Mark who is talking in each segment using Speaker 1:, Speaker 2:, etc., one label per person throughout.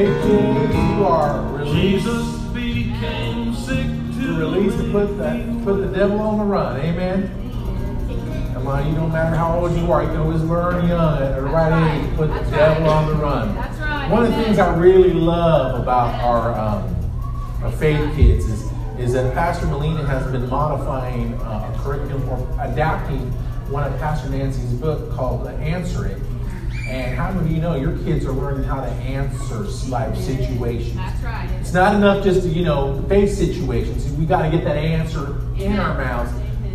Speaker 1: you are released
Speaker 2: Jesus became sick to
Speaker 1: You're released to put
Speaker 2: make me
Speaker 1: the, put the devil on the run. Amen. Come on, you don't matter how old you are, you can always learn young at the right age to put the
Speaker 3: That's right.
Speaker 1: devil on the run.
Speaker 3: That's right.
Speaker 1: One of the
Speaker 3: Amen.
Speaker 1: things I really love about our, um, our faith kids is, is that Pastor Molina has been modifying uh, a curriculum or adapting one of Pastor Nancy's book called Answer It. And how many of you know your kids are learning how to answer life situations?
Speaker 3: That's right.
Speaker 1: It's not enough just to, you know, face situations. We got to get that answer in our mouths,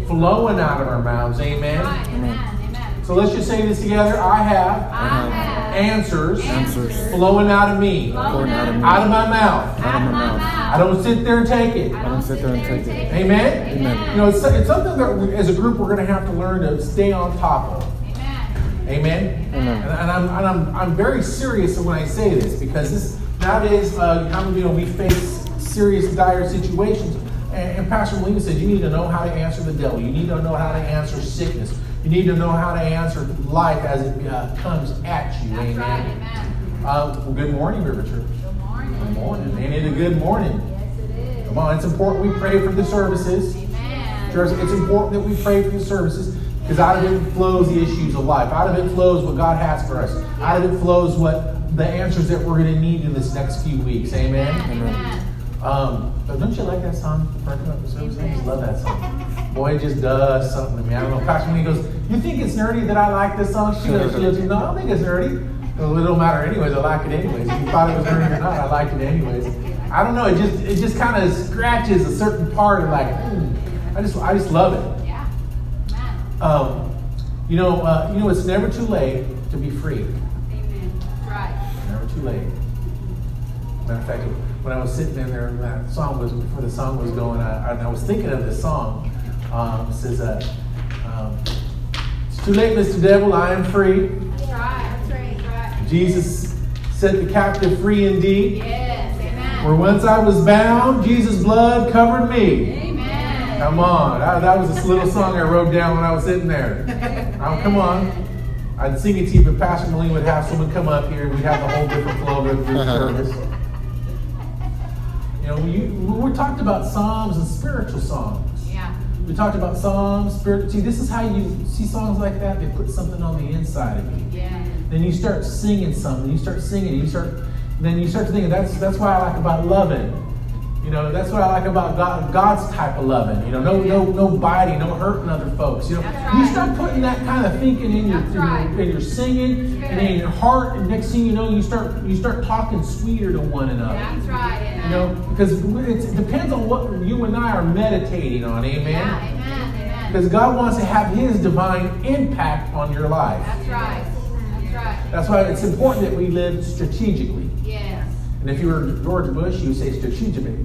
Speaker 1: flowing out of our mouths. Amen.
Speaker 3: Right. Amen. Amen.
Speaker 1: So let's just say this together. I have
Speaker 3: I have
Speaker 1: answers
Speaker 3: answers
Speaker 1: flowing out of me, out
Speaker 3: flowing
Speaker 4: out of
Speaker 1: of
Speaker 4: me.
Speaker 1: my mouth.
Speaker 3: out of my mouth.
Speaker 1: I don't sit there and take it.
Speaker 3: I don't sit there and take it.
Speaker 1: Amen.
Speaker 3: Amen.
Speaker 1: You know, it's, it's something that we, as a group we're going to have to learn to stay on top of.
Speaker 3: Amen.
Speaker 1: Amen.
Speaker 3: Amen.
Speaker 1: And, and, I'm, and I'm, I'm very serious when I say this because this nowadays, uh, how many of you know we face serious, dire situations. And, and Pastor Molina said, you need to know how to answer the devil. You need to know how to answer sickness. You need to know how to answer life as it uh, comes at you.
Speaker 3: That's right.
Speaker 1: Amen.
Speaker 3: Amen.
Speaker 1: Uh, well, good morning, River Church.
Speaker 3: Good morning.
Speaker 1: Good morning. Ain't it a good morning?
Speaker 3: Yes, it is.
Speaker 1: Come on, it's important we pray for the services.
Speaker 3: Amen.
Speaker 1: Church, it's important that we pray for the services because out of it flows the issues of life. Out of it flows what God has for us. Out of it flows what the answers that we're going to need in this next few weeks. Amen.
Speaker 3: Amen. Amen.
Speaker 1: Um, but don't you like that song, Breaking Up the Service? I just love that song. Boy, it just does something to me. I don't know. Pastor Lee goes, You think it's nerdy that I like this song? She goes, she goes No, I don't think it's nerdy. Well, it don't matter anyways. I like it anyways. If you thought it was nerdy or not, I liked it anyways. I don't know. It just it just kind of scratches a certain part of like, mm, I just I just love it.
Speaker 3: Yeah. Amen.
Speaker 1: Um, you know, uh, you know, it's never too late to be free.
Speaker 3: Amen. That's right.
Speaker 1: Never too late. Matter of fact, when I was sitting in there, and that song was before the song was going. I, I, I was thinking of this song. Um, it says, uh, um, "It's too late, Mr. Devil. I am free.
Speaker 3: That's right. That's right. That's right.
Speaker 1: Jesus set the captive free indeed.
Speaker 3: Yes. Amen.
Speaker 1: Where once I was bound, Jesus' blood covered me.
Speaker 3: Amen.
Speaker 1: Come on, that, that was this little song I wrote down when I was sitting there. Oh, come on." I'd sing it to you, but Pastor Malene would have someone come up here, and we'd have a whole different flow of the service.
Speaker 4: Uh-huh.
Speaker 1: You know, you, we talked about psalms and spiritual songs.
Speaker 3: Yeah.
Speaker 1: We talked about psalms, spiritual. See, this is how you see songs like that. They put something on the inside of you.
Speaker 3: Yeah.
Speaker 1: Then you start singing something. You start singing. You start. Then you start to think that's that's what I like about loving. You know, that's what I like about God, God's type of loving. You know, no no no biting, no hurting other folks. You know,
Speaker 3: That's
Speaker 1: you
Speaker 3: right.
Speaker 1: start putting that kind of thinking in your
Speaker 3: That's
Speaker 1: in your-
Speaker 3: right.
Speaker 1: in your singing and in your heart. And next thing you know, you start you start talking sweeter to one another.
Speaker 3: That's right.
Speaker 1: You know,
Speaker 3: Amen.
Speaker 1: because it's- it depends on what you and I are meditating on,
Speaker 3: Yeah.
Speaker 1: amen?
Speaker 3: Amen. Amen.
Speaker 1: Because God wants to have His divine impact on your life.
Speaker 3: That's right. That's right.
Speaker 1: That's why it's important that we live strategically.
Speaker 3: Yes.
Speaker 1: And if you were George Bush, you would say strategically.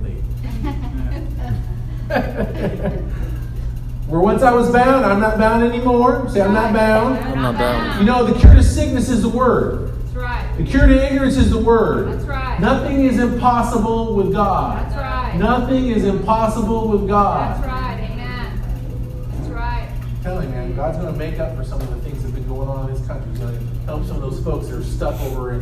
Speaker 1: Where once I was bound, I'm not bound anymore. Say, I'm not bound.
Speaker 4: I'm not bound.
Speaker 1: You know, the cure to sickness is the word.
Speaker 3: That's right.
Speaker 1: The cure to ignorance is the word.
Speaker 3: That's right.
Speaker 1: Nothing is impossible with God.
Speaker 3: That's right.
Speaker 1: Nothing is impossible with God.
Speaker 3: That's right. Amen. That's right.
Speaker 1: I'm telling you, man, God's going to make up for some of the things that have been going on in this country. He's going to help some of those folks that are stuck over in,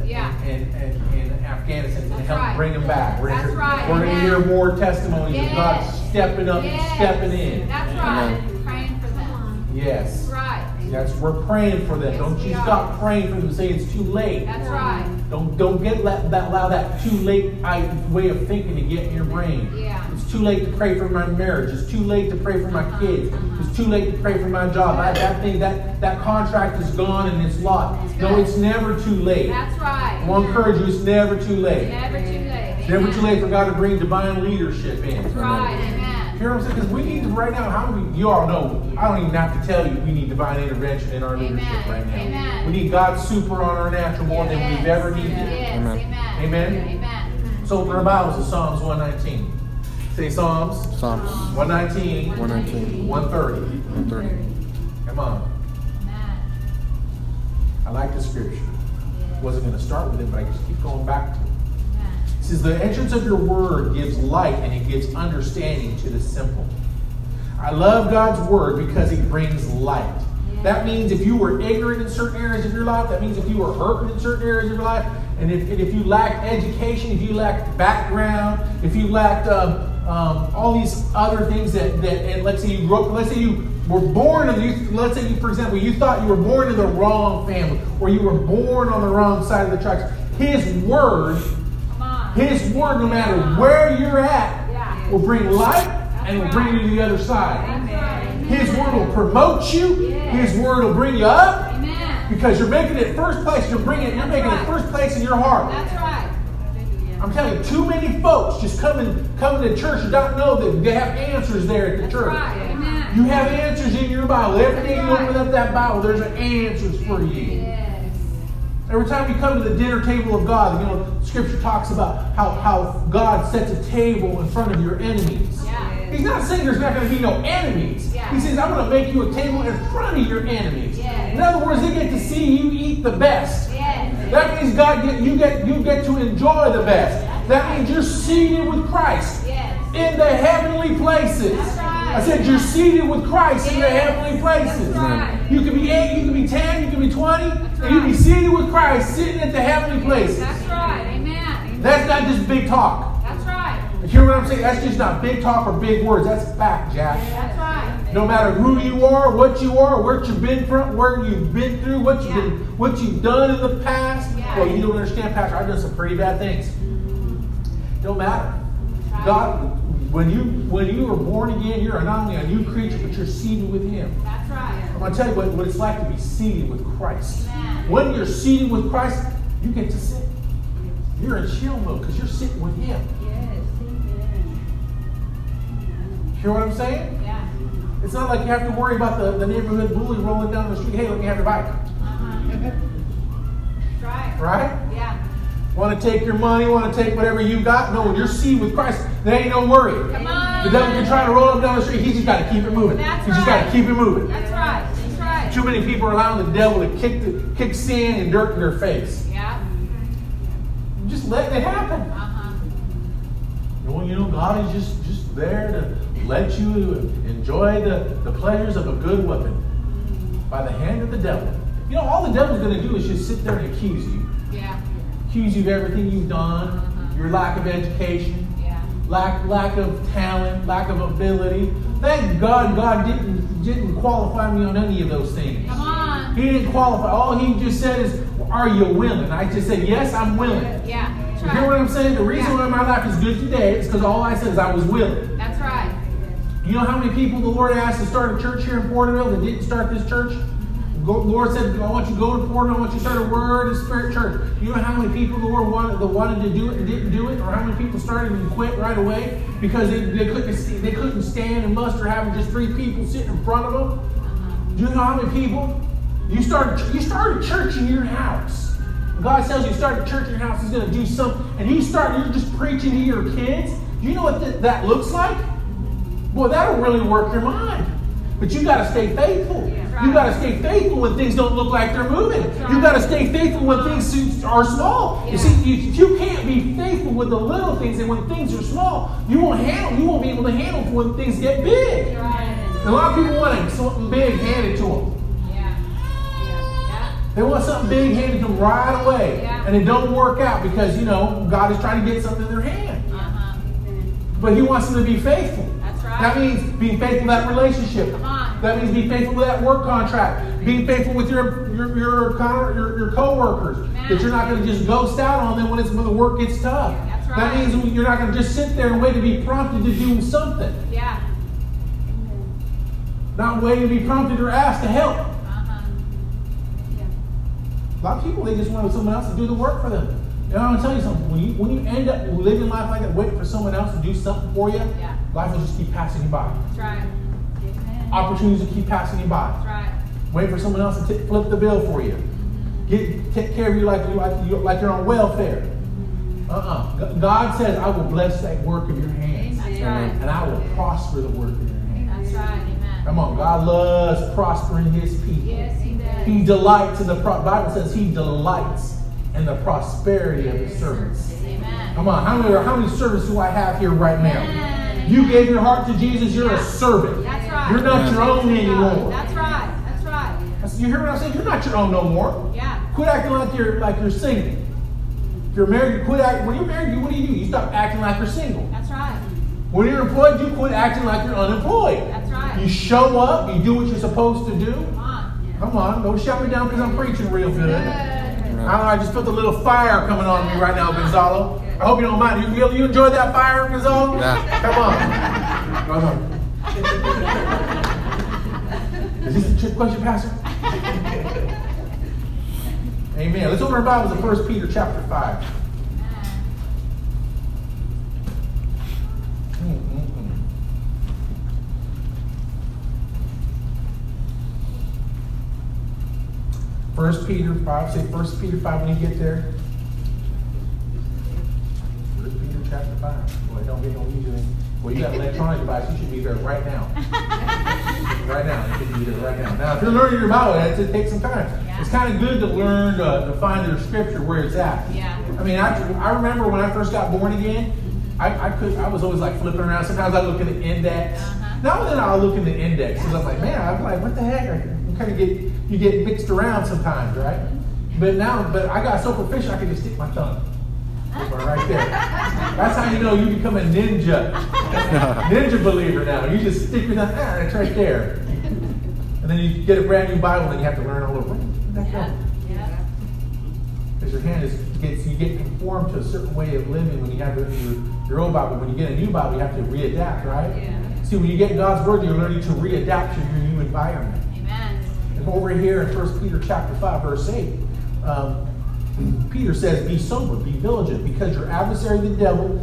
Speaker 1: in,
Speaker 3: Yeah.
Speaker 1: in, in, in Afghanistan. He's going to
Speaker 3: That's
Speaker 1: help
Speaker 3: right.
Speaker 1: bring them back. We're
Speaker 3: That's
Speaker 1: gonna, hear-
Speaker 3: right,
Speaker 1: We're going to
Speaker 3: amen.
Speaker 1: hear more testimonies
Speaker 3: Yes.
Speaker 1: of God stepping up
Speaker 3: Yes.
Speaker 1: and stepping in.
Speaker 3: That's right. Praying for them.
Speaker 1: Yes.
Speaker 3: That's right.
Speaker 1: Yes, we're praying for them.
Speaker 3: Yes,
Speaker 1: Don't
Speaker 3: we
Speaker 1: you
Speaker 3: are.
Speaker 1: stop praying for them. Say it's too late.
Speaker 3: That's right.
Speaker 1: Don't don't get let that allow that too late I, way of thinking to get in your brain.
Speaker 3: Yeah.
Speaker 1: It's too late to pray for my marriage. It's too late to pray for my
Speaker 3: Uh-huh,
Speaker 1: kids.
Speaker 3: uh-huh.
Speaker 1: It's too late to pray for my job. I, that thing that that contract is gone and it's lost.
Speaker 3: It's
Speaker 1: No,
Speaker 3: gone.
Speaker 1: it's never too late.
Speaker 3: That's right.
Speaker 1: I want to encourage you. It's never too late.
Speaker 3: Never too late.
Speaker 1: It's never
Speaker 3: Amen.
Speaker 1: too late for God to bring divine leadership in.
Speaker 3: That's right. Amen.
Speaker 1: Hear what I'm saying? Because we need to right now. How do we? You all know. I don't even have to tell you. We need divine intervention in our leadership
Speaker 3: Amen.
Speaker 1: right now.
Speaker 3: Amen.
Speaker 1: We need God super on our natural more than
Speaker 3: Yes.
Speaker 1: we've ever needed.
Speaker 3: Yes.
Speaker 4: Amen.
Speaker 3: Amen.
Speaker 1: Amen.
Speaker 3: Amen.
Speaker 1: So open our Bibles to Psalms 119. Say Psalms
Speaker 4: Psalms
Speaker 1: 119,
Speaker 4: 119,
Speaker 1: 130.
Speaker 4: 130.
Speaker 1: Come on.
Speaker 3: Amen.
Speaker 1: I like the scripture. Wasn't going to start with it, but I just keep going back to it.
Speaker 3: Amen.
Speaker 1: It says, The entrance of your word gives light and it gives understanding to the simple. I love God's word because it brings light. That means if you were ignorant in certain areas of your life, that means if you were hurt in certain areas of your life, and if, and if you lacked education, if you lacked background, if you lacked um, um, all these other things that, that and let's say you grew up, let's say you were born in, you, let's say you, for example, you thought you were born in the wrong family, or you were born on the wrong side of the tracks. His word,
Speaker 3: Come on.
Speaker 1: His word, no matter where you're at,
Speaker 3: Yeah.
Speaker 1: will bring light and will bring you to the other side.
Speaker 3: That's right. Amen.
Speaker 1: His word will promote you.
Speaker 3: Yes.
Speaker 1: His word will bring you up
Speaker 3: Amen.
Speaker 1: because you're making it first place. You're bringing it. You're making it first place in your heart.
Speaker 3: That's right.
Speaker 1: I'm telling you, too many folks just coming coming to church and don't know that they have answers there at the
Speaker 3: That's
Speaker 1: church.
Speaker 3: right. Amen.
Speaker 1: You have answers in your Bible. Every day you
Speaker 3: That's right.
Speaker 1: open up that Bible, there's an answers for you.
Speaker 3: Yes.
Speaker 1: Every time you come to the dinner table of God, you know, Scripture talks about how, how God sets a table in front of your enemies.
Speaker 3: Yeah.
Speaker 1: He's not saying there's not going to be no enemies.
Speaker 3: Yeah.
Speaker 1: He says, I'm going to make you a table in front of your enemies.
Speaker 3: Yes.
Speaker 1: In other words, they get to see you eat the best.
Speaker 3: Yes.
Speaker 1: That means God get you get you get to enjoy the best. That means you're seated with Christ
Speaker 3: Yes.
Speaker 1: in the heavenly places.
Speaker 3: That's right.
Speaker 1: I said you're seated with Christ in the
Speaker 3: Yes.
Speaker 1: heavenly places.
Speaker 3: That's right.
Speaker 1: You can be eight, you can be ten, you can be twenty, and you can
Speaker 3: right.
Speaker 1: be seated with Christ sitting at the heavenly places.
Speaker 3: That's right. Amen.
Speaker 1: That's not just big talk.
Speaker 3: That's right.
Speaker 1: You hear what I'm saying? That's just not big talk or big words. That's fact, Jack.
Speaker 3: That's right.
Speaker 1: No matter who you are, what you are, where you've been from, where you've been through, what you've
Speaker 3: Yeah.
Speaker 1: been, what you've done in the past.
Speaker 3: Yeah.
Speaker 1: Well, you don't understand, Pastor. I've done some pretty bad things. Don't matter.
Speaker 3: Right.
Speaker 1: God, when you when you are born again, you're not only a new creature, but you're seated with Him.
Speaker 3: That's
Speaker 1: I'm
Speaker 3: right.
Speaker 1: gonna tell you what, what it's like to be seated with Christ.
Speaker 3: Amen.
Speaker 1: When you're seated with Christ, you get to sit. You're in chill mode because you're sitting with Him.
Speaker 3: Yes.
Speaker 1: Hear what I'm saying?
Speaker 3: Yeah.
Speaker 1: It's not like you have to worry about the, the neighborhood bully rolling down the street. Hey, let me have your bike,
Speaker 3: Uh-huh. That's right.
Speaker 1: right?
Speaker 3: Yeah.
Speaker 1: Want to take your money? Want to take whatever you got? No, when you're seated with Christ, there ain't no worry.
Speaker 3: Come
Speaker 1: The devil can
Speaker 3: on.
Speaker 1: try to roll up down the street. He just got to keep it moving.
Speaker 3: That's
Speaker 1: he just got
Speaker 3: right.
Speaker 1: to keep it moving.
Speaker 3: That's right. That's right.
Speaker 1: Too many people are allowing the devil to kick the, kick sand and dirt in their face.
Speaker 3: Yeah.
Speaker 1: Just letting it happen.
Speaker 3: Uh-huh.
Speaker 1: Well, you know, God is just, just there to let you enjoy the, the pleasures of a good weapon by the hand of the devil. You know, all the devil's going to do is just sit there and accuse you.
Speaker 3: Yeah.
Speaker 1: Accuse you of everything you've
Speaker 3: Uh-huh.
Speaker 1: done, your lack of education,
Speaker 3: Yeah.
Speaker 1: lack, lack of talent, lack of ability. Thank God God didn't, didn't qualify me on any of those things.
Speaker 3: Come on.
Speaker 1: He didn't qualify. All he just said is, Are you willing? I just said, Yes, I'm willing.
Speaker 3: Yeah. That's
Speaker 1: You hear what
Speaker 3: right.
Speaker 1: I'm saying? The reason why my life is good today is because all I said is I was willing.
Speaker 3: That's right.
Speaker 1: You know how many people the Lord asked to start a church here in Porterville that didn't start this church? The Lord said, I want you to go to Porterville, I want you to start a Word and Spirit church. You know how many people the Lord wanted, that wanted to do it and didn't do it? Or how many people started and quit right away because they, they, couldn't, see- they couldn't stand and muster having just three people sitting in front of them? Do you know how many people? You start you start a church in your house. God tells you start a church in your house, He's gonna do something, and you start you're just preaching to your kids. Do you know what th- that looks like? Boy, that'll really work your mind. But you gotta stay faithful. You gotta stay faithful when things don't look like they're moving. You gotta stay faithful when things seem- are small. You see, you- if you can't be faithful with the little things and when things are small, you won't handle, you won't be able to handle when things get big.
Speaker 3: You're right.
Speaker 1: A lot of people want something big handed to them.
Speaker 3: Yeah. Yeah.
Speaker 1: They want something big handed to them right away.
Speaker 3: Yeah.
Speaker 1: And it don't work out because, you know, God is trying to get something in their hand.
Speaker 3: Yeah. Uh-huh.
Speaker 1: But He wants them to be faithful.
Speaker 3: That's right.
Speaker 1: That means being faithful to that relationship.
Speaker 3: Come on.
Speaker 1: That means being faithful to that work contract. Being faithful with your your your, con- your, your coworkers.
Speaker 3: Amen.
Speaker 1: That you're not going to just ghost out on them when it's when the work gets tough.
Speaker 3: That's right.
Speaker 1: That means you're not going to just sit there and wait to be prompted to do something.
Speaker 3: Yeah.
Speaker 1: Not wait to be prompted or asked to help.
Speaker 3: Uh-huh.
Speaker 1: A lot of people they just want someone else to do the work for them. And I'm gonna tell you something. When you when you end up living life like that, waiting for someone else to do something for you,
Speaker 3: Yeah.
Speaker 1: life will just keep passing you by.
Speaker 3: That's right.
Speaker 1: Opportunities will keep passing you
Speaker 3: That's
Speaker 1: by.
Speaker 3: right.
Speaker 1: Wait for someone else to t- flip the bill for you. Get take care of you like you like you like you're on welfare. Uh-uh. G- God says, "I will bless that work of your hands,
Speaker 3: That's right.
Speaker 1: and I will prosper the work of your hands."
Speaker 3: That's right. Amen.
Speaker 1: Come on, God loves prospering His people.
Speaker 3: Yes, he does.
Speaker 1: He delights in the pro- Bible says he delights in the prosperity of his servants.
Speaker 3: Amen.
Speaker 1: Come on, how many how many servants do I have here right now? You gave your heart to Jesus. You're a servant.
Speaker 3: That's right.
Speaker 1: You're not your own anymore.
Speaker 3: That's right. That's right.
Speaker 1: You hear what I'm saying? You're not your own no more.
Speaker 3: Yeah.
Speaker 1: Quit acting like you're like you're single. You're married. Quit acting. When you're married, you, what do you do? You stop acting like you're single.
Speaker 3: That's right.
Speaker 1: When you're employed, you quit acting like you're unemployed.
Speaker 3: That's right.
Speaker 1: You show up. You do what you're supposed to do.
Speaker 3: Come on. Yeah.
Speaker 1: Come on, don't shut me down because I'm preaching real good.
Speaker 3: Good.
Speaker 1: I don't know, I just felt a little fire coming on me right now, Gonzalo. I hope you don't mind. You feel you enjoyed that fire, Gonzalo?
Speaker 4: Nah.
Speaker 1: Come on. Come on. Is this a trick question, Pastor? Amen. Let's open our Bibles to 1 Peter chapter 5. Mm, mm, mm. First Peter five, say First Peter five when you get there. First Peter chapter five. Boy, don't get no easy. Well, you have an electronic device. You should be there right now. Right now, you should be there right now. Now, if you're learning your Bible, that's it takes some time.
Speaker 3: Yeah.
Speaker 1: It's kind of good to learn uh, to, to find your scripture where it's at.
Speaker 3: Yeah.
Speaker 1: I mean, I, I remember when I first got born again, I, I could I was always like flipping around. Sometimes I look in the index.
Speaker 3: Uh-huh.
Speaker 1: Now and then I'll look in the index because I'm like, man, I'm like, what the heck? You kind of get you get mixed around sometimes, right? But now, but I got so proficient I could just stick my thumb right there. That's how you know you become a ninja, ninja believer now. You just stick your thumb, ah, it's right there, and then you get a brand new Bible and you have to learn all over. Where did that
Speaker 3: Yeah.
Speaker 1: go?
Speaker 3: Yeah.
Speaker 1: Because your hand is gets you get conformed to a certain way of living when you have your, your, your old Bible. When you get a new Bible, you have to readapt, right?
Speaker 3: Yeah.
Speaker 1: See, when you get God's word, you're learning to readapt to your new environment.
Speaker 3: Amen.
Speaker 1: And over here in 1 Peter chapter 5, verse 8, um, Peter says, Be sober, be vigilant, because your adversary the devil,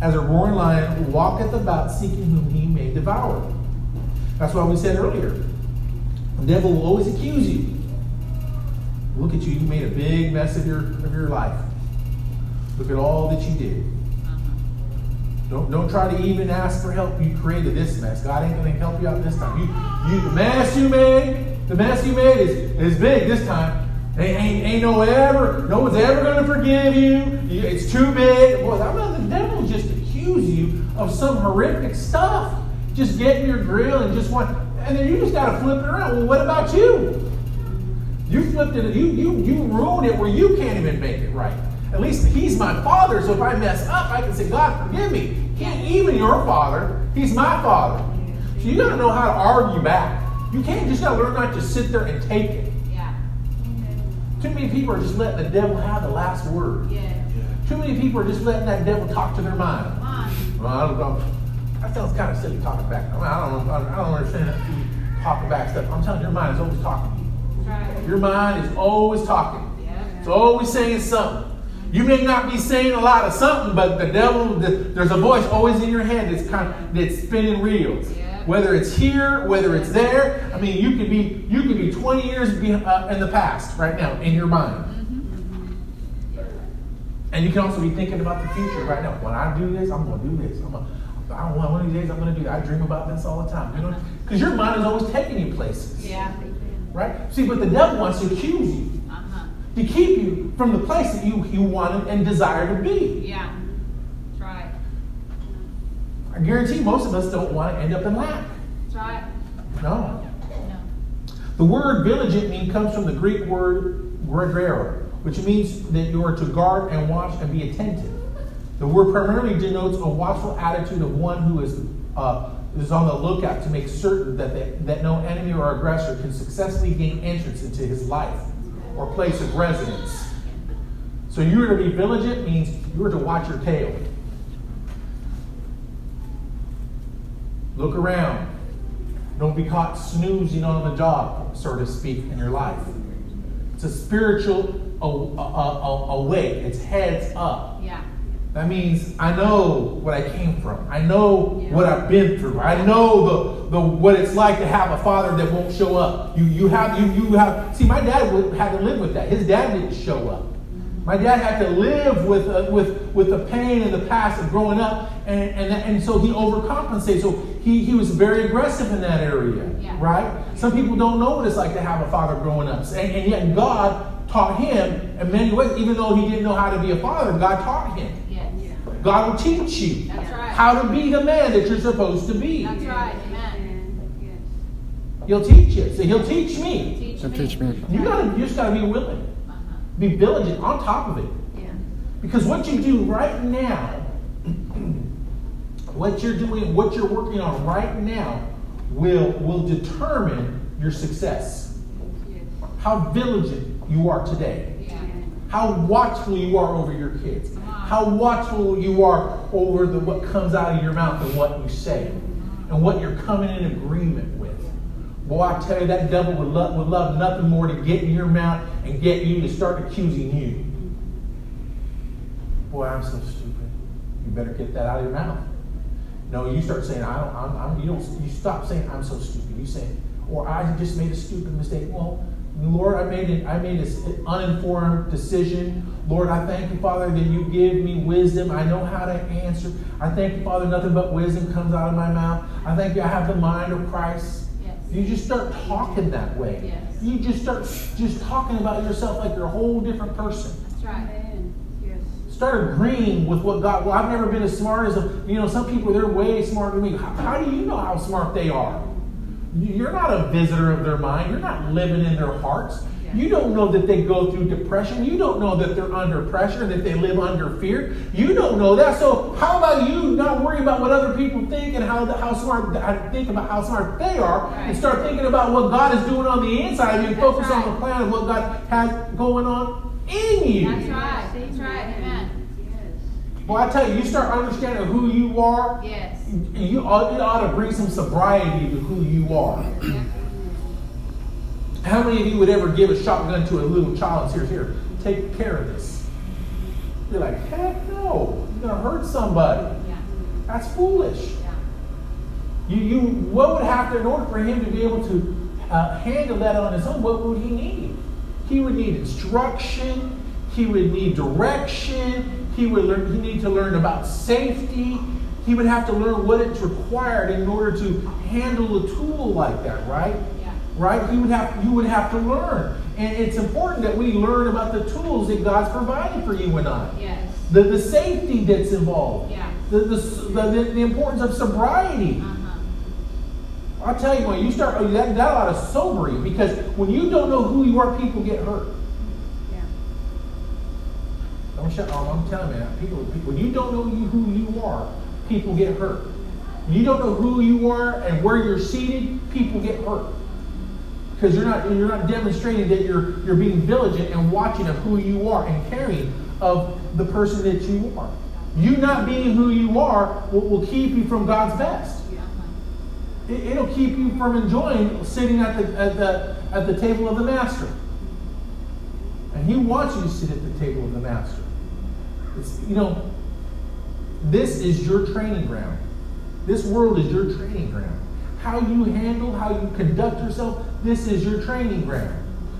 Speaker 1: as a roaring lion, walketh about seeking whom he may devour. That's why we said earlier. The devil will always accuse you. Look at you, you made a big mess of your of your life. Look at all that you did. Don't, don't try to even ask for help. You created this mess. God ain't gonna help you out this time. You, you the mess you made, the mess you made is, is big this time. Ain't, ain't, ain't no ever, no one's ever gonna forgive you. You- It's too big. Boy, I'm not the devil just accuse you of some horrific stuff. Just get in your grill and just want and then you just gotta flip it around. Well, what about you? You flipped it. You you you ruined it where you can't even make it right. At least he's my father, so if I mess up, I can say, God, forgive me. He ain't even your father. He's my father. So you gotta know how to argue back. You can't just gotta learn not to sit there and take it.
Speaker 3: Yeah.
Speaker 1: Too many people are just letting the devil have the last word.
Speaker 3: Yeah.
Speaker 1: Too many people are just letting that devil talk to their mind.
Speaker 3: Come on.
Speaker 1: Well, I don't know. That sounds kind of silly talking back. I, mean, I don't know. I don't understand that talking back stuff. I'm telling you, your mind is always talking to you.
Speaker 3: That's right.
Speaker 1: Your mind is always talking.
Speaker 3: Yeah.
Speaker 1: It's always saying something. You may not be saying a lot of something, but the devil, the, there's a voice always in your head that's kind that's spinning reels.
Speaker 3: Yeah.
Speaker 1: Whether it's here, whether it's there. I mean, you could be you could be 20 years be, uh, in the past right now in your mind. And you can also be thinking about the future right now. When I do this, I'm going to do this. I'm gonna, I don't want one of these days I'm going to do that. I dream about this all the time. You know, because your mind is always taking you places,
Speaker 3: Yeah.
Speaker 1: right? See, but the devil wants to accuse you
Speaker 3: Uh-huh.
Speaker 1: to keep you from the place that you, you wanted and desire to be.
Speaker 3: Yeah. That's right.
Speaker 1: I guarantee most of us don't want to end up in lack.
Speaker 3: That's right.
Speaker 1: No.
Speaker 3: No.
Speaker 1: The word vigilant mean comes from the Greek word gregare, which means that you are to guard and watch and be attentive. The word primarily denotes a watchful attitude of one who is uh, is on the lookout to make certain that they, that no enemy or aggressor can successfully gain entrance into his life or place of residence. So you are to be vigilant means you are to watch your tail. Look around. Don't be caught snoozing on the job, so to speak, in your life. It's a spiritual a- a- a- a- awake. It's heads up.
Speaker 3: Yeah.
Speaker 1: That means I know what I came from. I know
Speaker 3: Yeah.
Speaker 1: what I've been through. I know the, the what it's like to have a father that won't show up. You you have you you have see my dad would, had to live with that. His dad didn't show up.
Speaker 3: Mm-hmm.
Speaker 1: My dad had to live with uh, with with the pain and the past of growing up, and and, and so he overcompensated. So he he was very aggressive in that area,
Speaker 3: Yeah.
Speaker 1: right? Some people don't know what it's like to have a father growing up, and, and yet God taught him in many ways. Even though he didn't know how to be a father, God taught him.
Speaker 3: Yes.
Speaker 1: God will teach you
Speaker 3: That's right.
Speaker 1: how to be the man that you're supposed to be.
Speaker 3: That's right. Amen.
Speaker 1: He'll teach you. So he'll teach me.
Speaker 3: Teach
Speaker 4: So teach me.
Speaker 1: You gotta, you just gotta be willing,
Speaker 3: Uh-huh.
Speaker 1: be diligent on top of it.
Speaker 3: Yeah.
Speaker 1: Because what you do right now, what you're doing, what you're working on right now, will will determine your success.
Speaker 3: Yeah.
Speaker 1: How diligent you are today. How watchful you are over your kids. How watchful you are over the what comes out of your mouth and what you say, and what you're coming in agreement with. Boy, I tell you, that devil would love, would love nothing more to get in your mouth and get you to start accusing you. Boy, I'm so stupid. You better get that out of your mouth. No, you start saying, I don't, I'm, I'm, you don't, you stop saying, I'm so stupid. You say, or I just made a stupid mistake. Well, Lord, I made it, I made an uninformed decision. Lord, I thank you, Father, that you give me wisdom. I know how to answer. I thank you, Father, nothing but wisdom comes out of my mouth. I thank you, I have the mind of Christ.
Speaker 3: Yes.
Speaker 1: You just start talking that way.
Speaker 3: Yes.
Speaker 1: You just start just talking about yourself like you're a whole different person
Speaker 3: That's right. Yes.
Speaker 1: start agreeing with what God. Well, I've never been as smart as a, you know. Some people they're way smarter than me. How, how do you know how smart they are? You- You're not a visitor of their mind. You're not living in their hearts.
Speaker 3: Yeah.
Speaker 1: You don't know that they go through depression. You don't know that they're under pressure, that they live under fear. You don't know that. So how about you not worry about what other people think and how the, how smart I think about how smart they are,
Speaker 3: Right.
Speaker 1: and start thinking about what God is doing on the inside of you, and
Speaker 3: That's
Speaker 1: focus
Speaker 3: right.
Speaker 1: on the plan of what God has going on in you.
Speaker 3: That's right. That's right. Amen.
Speaker 1: Well, I tell you, you start understanding who you are,
Speaker 3: Yes.
Speaker 1: you ought, it ought to bring some sobriety to who you are. How many of you would ever give a shotgun to a little child and say, here, take care of this? You're like, heck no, you're going to hurt somebody.
Speaker 3: Yeah.
Speaker 1: That's foolish.
Speaker 3: Yeah.
Speaker 1: You, you, what would happen in order for him to be able to uh, handle that on his own? What would he need? He would need instruction. He would need direction. He would learn. He need to learn about safety. He would have to learn what it's required in order to handle a tool like that, right?
Speaker 3: Yeah.
Speaker 1: Right? He would have. You would have to learn, and it's important that we learn about the tools that God's provided for you and I
Speaker 3: Yes.
Speaker 1: the, the safety that's involved,
Speaker 3: Yeah.
Speaker 1: the, the, the, the importance of sobriety.
Speaker 3: Uh-huh.
Speaker 1: I'll tell you what, you start, that, that ought to sober you because when you don't know who you are, people get hurt.
Speaker 3: Yeah.
Speaker 1: Don't shut, oh, I'm telling you, people, people, when you don't know you, who you are, people get hurt. When you don't know who you are and where you're seated, people get hurt. Because you're not, you're not demonstrating that you're, you're being diligent and watching of who you are and caring of the person that you are. You not being who you are will, will keep you from God's best.
Speaker 3: Yeah.
Speaker 1: It, it'll keep you from enjoying sitting at the, at, the, at the table of the master. And he wants you to sit at the table of the master. It's, you know, this is your training ground. This world is your training ground. How you handle, how you conduct yourself, this is your training ground.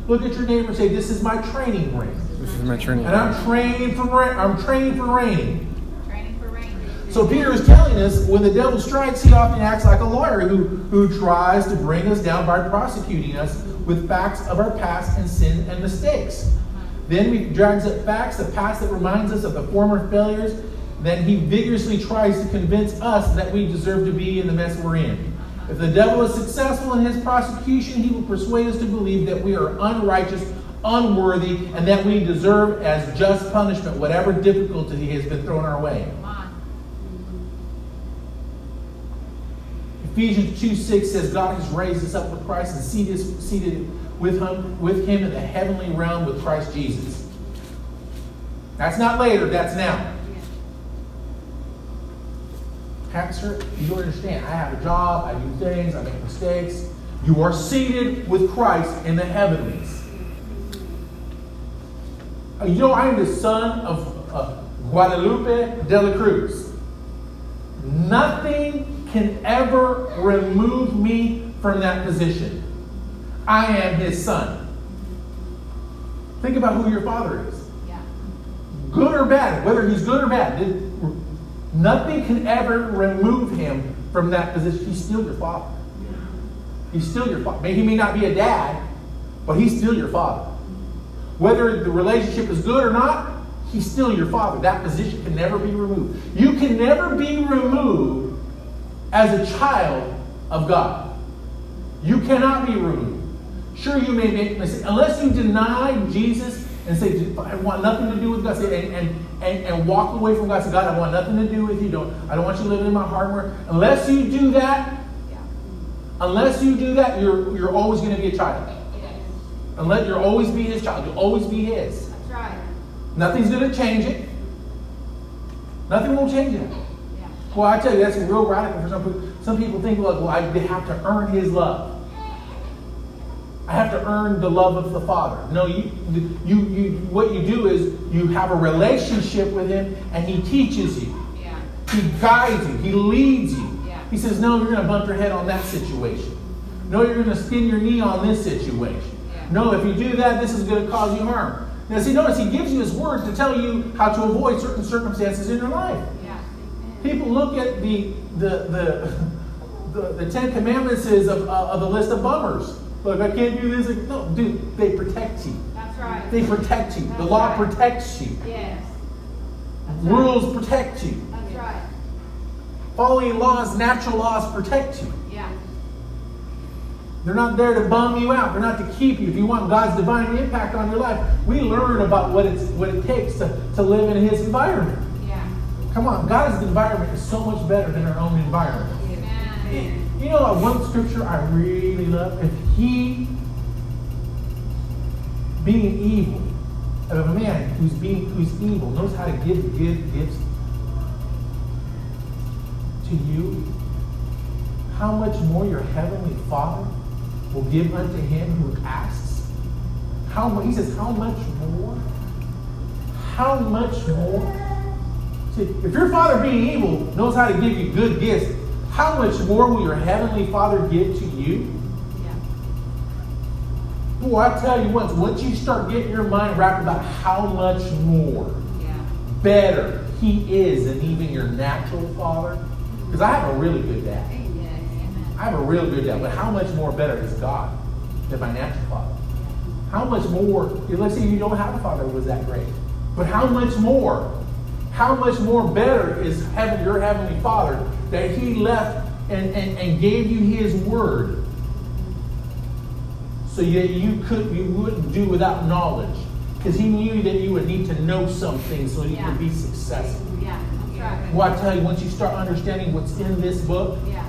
Speaker 1: Look at your neighbor and say, This is my training ground.
Speaker 4: This is my training. Ah,
Speaker 1: And I'm training for rain. I'm training for rain.
Speaker 3: Training for rain.
Speaker 1: So Peter is telling us when the devil strikes, he often acts like a lawyer who, who tries to bring us down by prosecuting us with facts of our past and sin and mistakes. Then he drags up facts, the past that reminds us of the former failures. Then he vigorously tries to convince us that we deserve to be in the mess we're in. If the devil is successful in his prosecution, he will persuade us to believe that we are unrighteous, unworthy, and that we deserve as just punishment whatever difficulty has been thrown our way.
Speaker 3: Come on.
Speaker 1: Ephesians 2 6 says, God has raised us up with Christ and seated, seated with, him, with Him in the heavenly realm with Christ Jesus. That's not later, that's now.
Speaker 3: Yeah.
Speaker 1: Pastor, you don't understand. I have a job, I do things, I make mistakes. You are seated with Christ in the heavenlies. Uh, You know, I am the son of uh, Guadalupe de la Cruz. Nothing can ever remove me from that position. I am his son. Think about who your father is
Speaker 3: Yeah.
Speaker 1: good or bad, whether he's good or bad, it- nothing can ever remove him from that position. He's still your father. He's still your father. He may not be a dad, but he's still your father. Whether the relationship is good or not, he's still your father. That position can never be removed. You can never be removed as a child of God. You cannot be removed. Sure, you may make mistakes. Unless you deny Jesus and say, I want nothing to do with God, say, and, and, and, and walk away from God, say, God, I want nothing to do with you. Don't, I don't want you living in my hardware. Unless you do that, unless you do that, you're, you're always going to be a child. Unless you'll always be his child. You'll always be his.
Speaker 3: That's right.
Speaker 1: Nothing's going to change it. Nothing will change it.
Speaker 3: Yeah.
Speaker 1: Well, I tell you, that's real radical for some people. Some people think, like, well, I have to earn his love. I have to earn the love of the Father. No, you, you, you, what you do is you have a relationship with him, and he teaches you.
Speaker 3: Yeah.
Speaker 1: He guides you. He leads you.
Speaker 3: Yeah.
Speaker 1: He says, No, you're going to bump your head on that situation. No, you're going to skin your knee on this situation.
Speaker 3: Yeah.
Speaker 1: No, if you do that, this is going to cause you harm. Now, see, notice he gives you his words to tell you how to avoid certain circumstances in your life.
Speaker 3: Yeah. Amen.
Speaker 1: People look at the the the the, the Ten Commandments is of, uh, of the list of bummers. Look, I can't do this. No, dude, they protect you.
Speaker 3: That's right.
Speaker 1: They protect you. The law protects you.
Speaker 3: Yes. That's right.
Speaker 1: Rules protect you.
Speaker 3: That's right.
Speaker 1: Following laws, natural laws protect you.
Speaker 3: Yeah.
Speaker 1: They're not there to bum you out. They're not to keep you. If you want God's divine impact on your life, we learn about what it's what it takes to, to live in his environment.
Speaker 3: Yeah.
Speaker 1: Come on, God's environment is so much better than our own environment.
Speaker 3: Amen.
Speaker 1: You know, uh, one scripture I really love is he being evil, of a man who's being who's evil knows how to give good gifts to you. How much more your heavenly Father will give unto him who asks? How mu- he says, how much more? How much more? See, if your father being evil knows how to give you good gifts, how much more will your heavenly father give to you?
Speaker 3: Yeah.
Speaker 1: Boy, I tell you once, once you start getting your mind wrapped about how much more
Speaker 3: Yeah.
Speaker 1: better he is than even your natural father, because I have a really good dad.
Speaker 3: Amen.
Speaker 1: I have a real good dad, but how much more better is God than my natural father? How much more, let's say you don't have a father who was that great, but how much more, how much more better is heaven, your heavenly father that he left and, and, and gave you his word so that you could you wouldn't do without knowledge. Because he knew that you would need to know something so you
Speaker 3: Yeah.
Speaker 1: could be successful.
Speaker 3: Yeah. That's right.
Speaker 1: Well, I tell you, once you start understanding what's in this book,
Speaker 3: Yeah.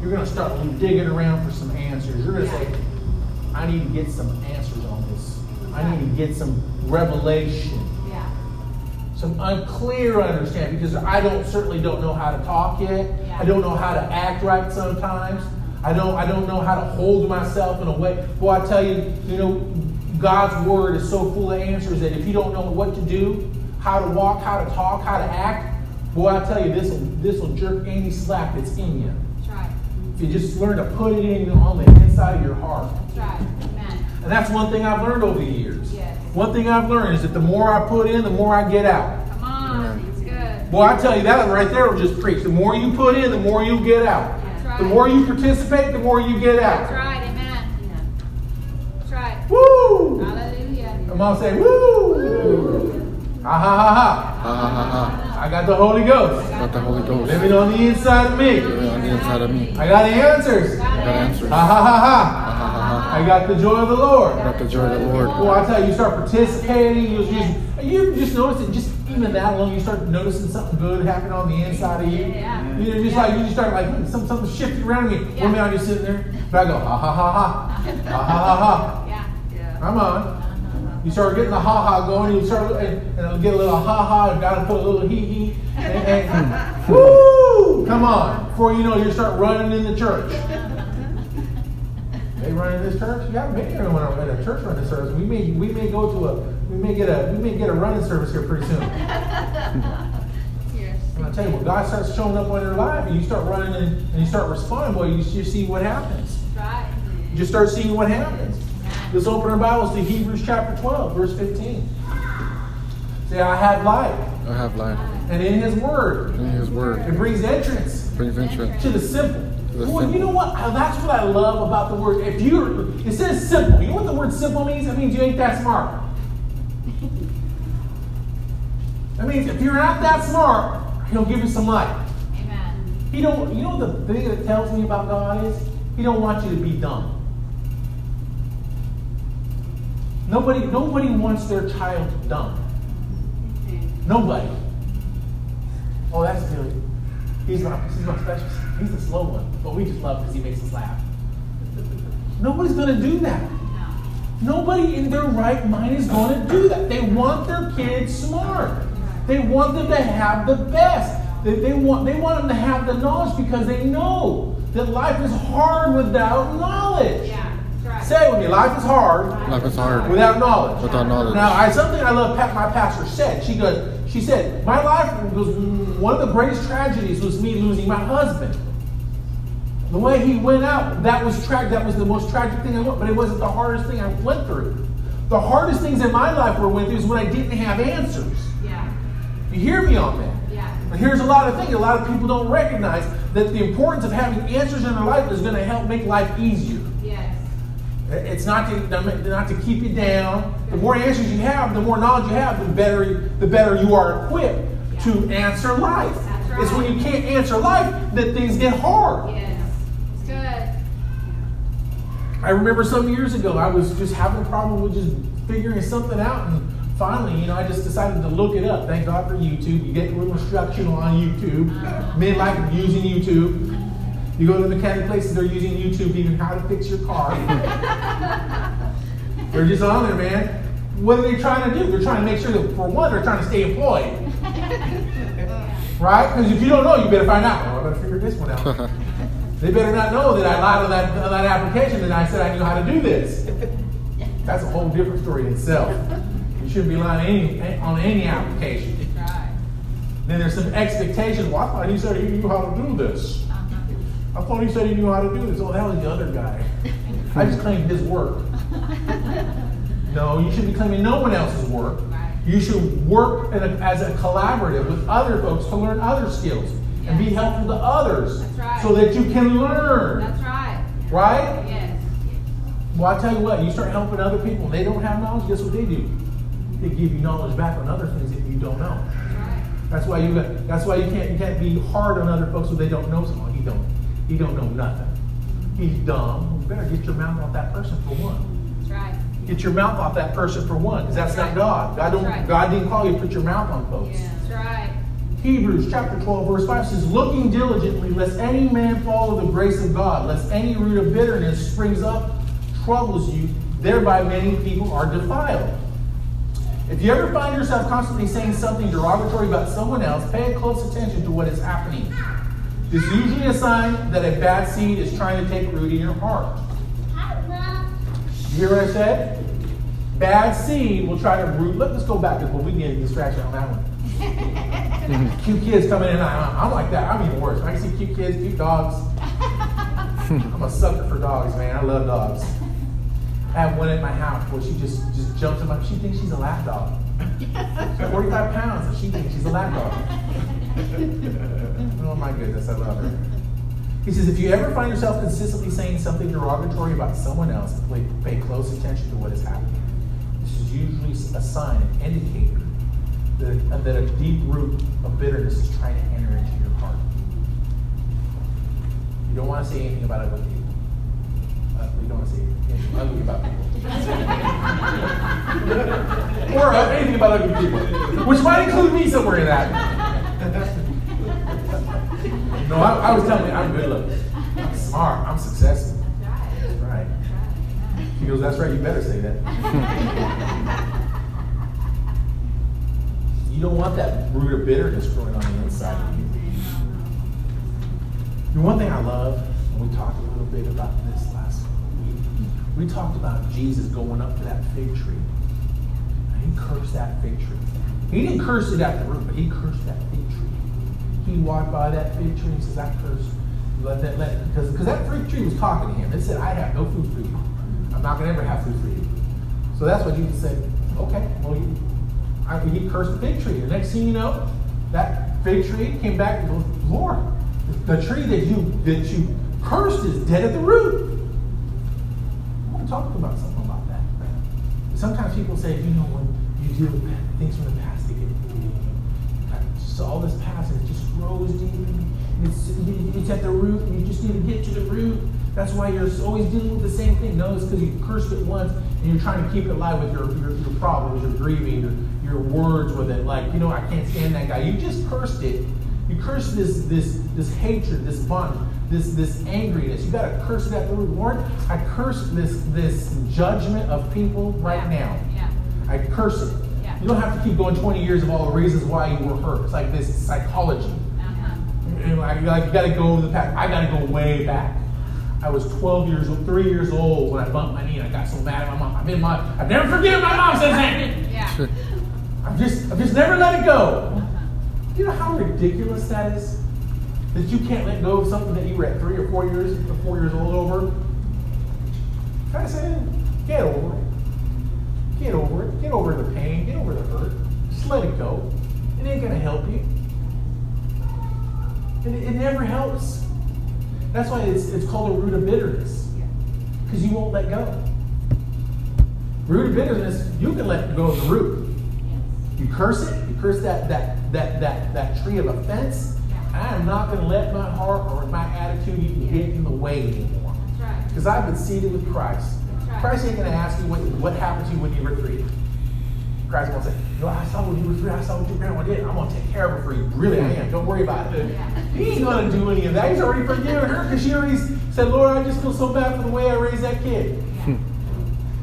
Speaker 1: you're going to start digging around for some answers. You're going to
Speaker 3: Yeah.
Speaker 1: say, I need to get some answers on this. I need to get some revelation,
Speaker 3: Yeah.
Speaker 1: some unclear understanding because I don't certainly don't know how to talk yet.
Speaker 3: Yeah.
Speaker 1: I don't know how to act right sometimes. I don't I don't know how to hold myself in a way. Boy, I tell you, you know, God's word is so full of answers that if you don't know what to do, how to walk, how to talk, how to act, boy, I tell you, this will this will jerk any slack that's in you.
Speaker 3: That's right.
Speaker 1: If you just learn to put it in on the inside of your heart.
Speaker 3: That's right. Amen.
Speaker 1: And that's one thing I've learned over the years.
Speaker 3: Yes.
Speaker 1: One thing I've learned is that the more I put in, the more I get out.
Speaker 3: Come on. It's good.
Speaker 1: Boy, I tell you, that right there will just preach. The more you put in, the more you get out.
Speaker 3: That's right.
Speaker 1: The more you participate, the more you get
Speaker 3: That's
Speaker 1: out.
Speaker 3: right. Amen. That's right.
Speaker 1: Woo! I'm
Speaker 3: Hallelujah.
Speaker 1: going to say, woo! Ha ha ha
Speaker 4: Ha ha ha
Speaker 1: ha. I got the Holy Ghost
Speaker 4: ha. Got ah, the Holy Ghost.
Speaker 1: living on the inside of me.
Speaker 4: Living on the inside of me.
Speaker 1: I got the answers. Ha
Speaker 4: I got answers.
Speaker 1: ha
Speaker 4: Ha
Speaker 1: ha ha.
Speaker 4: ha ha.
Speaker 1: I got the joy of the Lord.
Speaker 4: Got the joy of the Lord.
Speaker 1: Well, I tell you, you start participating. You just, you just notice it. Just even that alone, you start noticing something good happen on the inside of you.
Speaker 3: Yeah.
Speaker 1: You know, just like you just start like hmm, some something shifting around me.
Speaker 3: Yeah.
Speaker 1: One minute I'm just sitting there, but I go ha ha ha ha ha ha ha
Speaker 3: Yeah.
Speaker 1: ha. Come on. You start getting the ha ha going. You start and, and it'll get a little ha ha. and Gotta put a little hee hee. And, and woo! Come on. Before you know, it, you start running in the church. They run in this church. Yeah, maybe everyone at a church running service. We may we may go to a we may get a we may get a running service here pretty soon. And
Speaker 3: Yes.
Speaker 1: I tell you, when God starts showing up on your life, and you start running and, and you start responding, boy, you, you see what happens.
Speaker 3: That's right.
Speaker 1: You just start seeing what happens. Let's open our Bibles to Hebrews chapter twelve, verse fifteen. Say, I have life,
Speaker 4: I have life.
Speaker 1: and in His Word,
Speaker 4: In His
Speaker 1: it
Speaker 4: word.
Speaker 1: brings entrance
Speaker 4: Brings entrance.
Speaker 1: to the simple.
Speaker 4: the
Speaker 1: well, you
Speaker 4: simple.
Speaker 1: know what? Uh, That's what I love about the word. If you, it says simple. You know what the word simple means? It means you ain't that smart. That means if you're not that smart, he'll give you some light.
Speaker 3: Amen.
Speaker 1: He don't. You know the thing that tells me about God is he don't want you to be dumb. Nobody, nobody wants their child dumb. Nobody. Oh, that's Billy. He's my, he's my special. He's the slow one, but we just love because he makes us laugh. Nobody's gonna do that. Nobody in their right mind is going to do that. They want their kids smart. They want them to have the best. They, they want, they want them to have the knowledge because they know that life is hard without knowledge.
Speaker 3: Yeah, that's right.
Speaker 1: Say it with me life is hard
Speaker 4: Life is hard.
Speaker 1: without knowledge.
Speaker 4: Without knowledge.
Speaker 1: Now, I, something I love Pat, my pastor said. She goes, she said, my life was one of the greatest tragedies was me losing my husband. The way he went out, that was tragic. That was the most tragic thing I went, but it wasn't the hardest thing I went through. The hardest things in my life were went through is when I didn't have answers.
Speaker 3: Yeah,
Speaker 1: You hear me on that?
Speaker 3: yeah.
Speaker 1: But here's a lot of things a lot of people don't recognize that the importance of having answers in their life is going to help make life easier.
Speaker 3: Yes.
Speaker 1: It's not to not to keep you down. The more answers you have, the more knowledge you have, the better the better you are equipped to answer life.
Speaker 3: That's right.
Speaker 1: It's when you can't answer life that things get hard.
Speaker 3: Yes. It's good.
Speaker 1: I remember some years ago I was just having a problem with just figuring something out, and finally, you know, I just decided to look it up. Thank God for YouTube. You get a little instructional on YouTube. Men like using YouTube. You go to the mechanic places, they're using YouTube, even how to fix your car. They're just on there, man. What are they trying to do? They're trying to make sure that, for one, they're trying to stay employed, right? Because if you don't know, you better find out. Well, I better figure this one out. they better not know that I lied on that, on that application and I said I knew how to do this. That's a whole different story in itself. You shouldn't be lying any, on any application.
Speaker 3: Right.
Speaker 1: Then there's some expectations. Well, I thought he said he knew how to do this. I thought he said he knew how to do this. Oh, that was the other guy. I just claimed his work. No, you should be claiming no one else's work.
Speaker 3: Right.
Speaker 1: You should work in a, as a collaborative with other folks to learn other skills and be
Speaker 3: Yes.
Speaker 1: helpful to others
Speaker 3: That's right.
Speaker 1: so that you can learn.
Speaker 3: That's right.
Speaker 1: right?
Speaker 3: Yes.
Speaker 1: Well, I tell you what, you start helping other people and they don't have knowledge, guess what they do? They give you knowledge back on other things that you don't know.
Speaker 3: That's right.
Speaker 1: That's why you got, that's why you can't you can't be hard on other folks when they don't know someone. He don't he don't know nothing. He's dumb. You better get your mouth off that person for one.
Speaker 3: That's right.
Speaker 1: Get your mouth off that person for one, because that's not
Speaker 3: Right.
Speaker 1: God. God don't.
Speaker 3: That's right.
Speaker 1: God didn't call you to put your mouth on folks.
Speaker 3: Yeah. That's right.
Speaker 1: Hebrews chapter twelve verse five says, "Looking diligently, lest any man follow the grace of God, lest any root of bitterness springs up, troubles you, thereby many people are defiled." If you ever find yourself constantly saying something derogatory about someone else, pay close attention to what is happening. This is usually a sign that a bad seed is trying to take root in your heart. You hear what I said? Bad seed will try to root. Let, let's go back because we can get a distraction on that one. cute kids coming in. I, I'm like that. I'm even worse. I can see cute kids, cute dogs. I'm a sucker for dogs, man. I love dogs. I have one at my house where she just just jumps in my. She thinks she's a lap dog. She's 45 pounds, and she thinks she's a lap dog. oh my goodness, I love her. He says, if you ever find yourself consistently saying something derogatory about someone else, pay, pay close attention to what is happening. This is usually a sign, an indicator, that, that a deep root of bitterness is trying to enter into your heart. You don't want to say anything about other people. Uh, you don't want to say anything ugly about people. or uh, anything about ugly people, which might include me somewhere in that. no, I, I was telling you, I'm good looking. I'm smart. I'm successful.
Speaker 3: That's
Speaker 1: Right.
Speaker 3: right.
Speaker 1: He goes, That's right, you better say that. You don't want that root of bitters growing on the inside of you. You know, one thing I love, and we talked a little bit about this last week, we talked about Jesus going up to that fig tree. And he cursed that fig tree. He didn't curse it at the root, but he cursed that fig tree. He walked by that fig tree and says, I curse. Let that let because because that fig tree was talking to him. It said, I have no food for you. I'm not gonna ever have food for you. So that's what Jesus said. Okay, well you I he cursed the fig tree. The next thing you know, that fig tree came back and goes, Lord, the tree that you that you cursed is dead at the root. I want to talk about something about that. Sometimes people say, you know, when you deal with things from the past, they get rooted. Just all this past, and it just grows deep, and it's, it's at the root, and you just need to get to the root. That's why you're always dealing with the same thing. No, it's because you cursed it once and you're trying to keep it alive with your, your, your problems, your grieving, your, your words with it. Like, you know, I can't stand that guy. You just cursed it. You cursed this this this hatred, this bondage, this this angriness. You gotta curse that root word. I curse this this judgment of people right now.
Speaker 3: Yeah.
Speaker 1: I curse it.
Speaker 3: Yeah.
Speaker 1: You don't have to keep going 20 years of all the reasons why you were hurt. It's like this psychology.
Speaker 3: Uh-huh.
Speaker 1: And like, like, you gotta go over the pack. I gotta go way back. I was 12 years old, three years old when I bumped my knee and I got so mad at my mom. I've been my, I've never forgiven my mom since then.
Speaker 3: Yeah.
Speaker 1: I've just, I've just never let it go. You know how ridiculous that is? That you can't let go of something that you were at three or four years, or four years old over. Try to say, get over it. Get over it. Get over the pain. Get over the hurt. Just let it go. It ain't gonna help you. And it, it never helps. That's why it's, it's called a root of bitterness. Because you won't let go. Root of bitterness, you can let go of the root. You curse it, you curse that that that that that tree of offense. I am not gonna let my heart or my attitude even get in the way anymore.
Speaker 3: That's right.
Speaker 1: Because I've been seated with Christ.
Speaker 3: That's right.
Speaker 1: Christ ain't gonna ask you what, what happened to you when you were three. Christ won't say, Yo, I saw when you were three, I saw what your grandma did. I'm gonna take care of her for you. Really, I am. Don't worry about it.
Speaker 3: Yeah.
Speaker 1: He ain't gonna do any of that. He's already forgiven her because she already said, Lord, I just feel so bad for the way I raised that kid.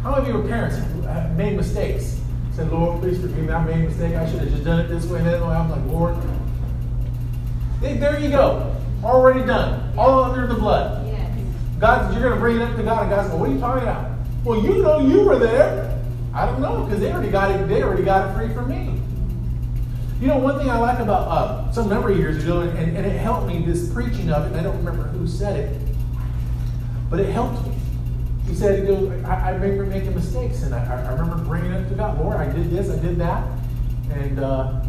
Speaker 1: How many of your parents have made mistakes? Said, Lord, please forgive me. I made a mistake. I should have just done it this way and that way. I'm like, Lord. There- There you go. Already done. All under the blood.
Speaker 3: Yes.
Speaker 1: God, you're going to bring it up to God, and God's going, "What are you talking about?" Well, you know, you were there. I don't know because they already got it. They already got it free from me. You know, one thing I like about uh, some number of years ago, and, and it helped me this preaching of it. And I don't remember who said it, but it helped me. He said, he goes, I, I remember making mistakes, and I, I- I remember bringing it to God. Lord, I did this, I did that, and uh,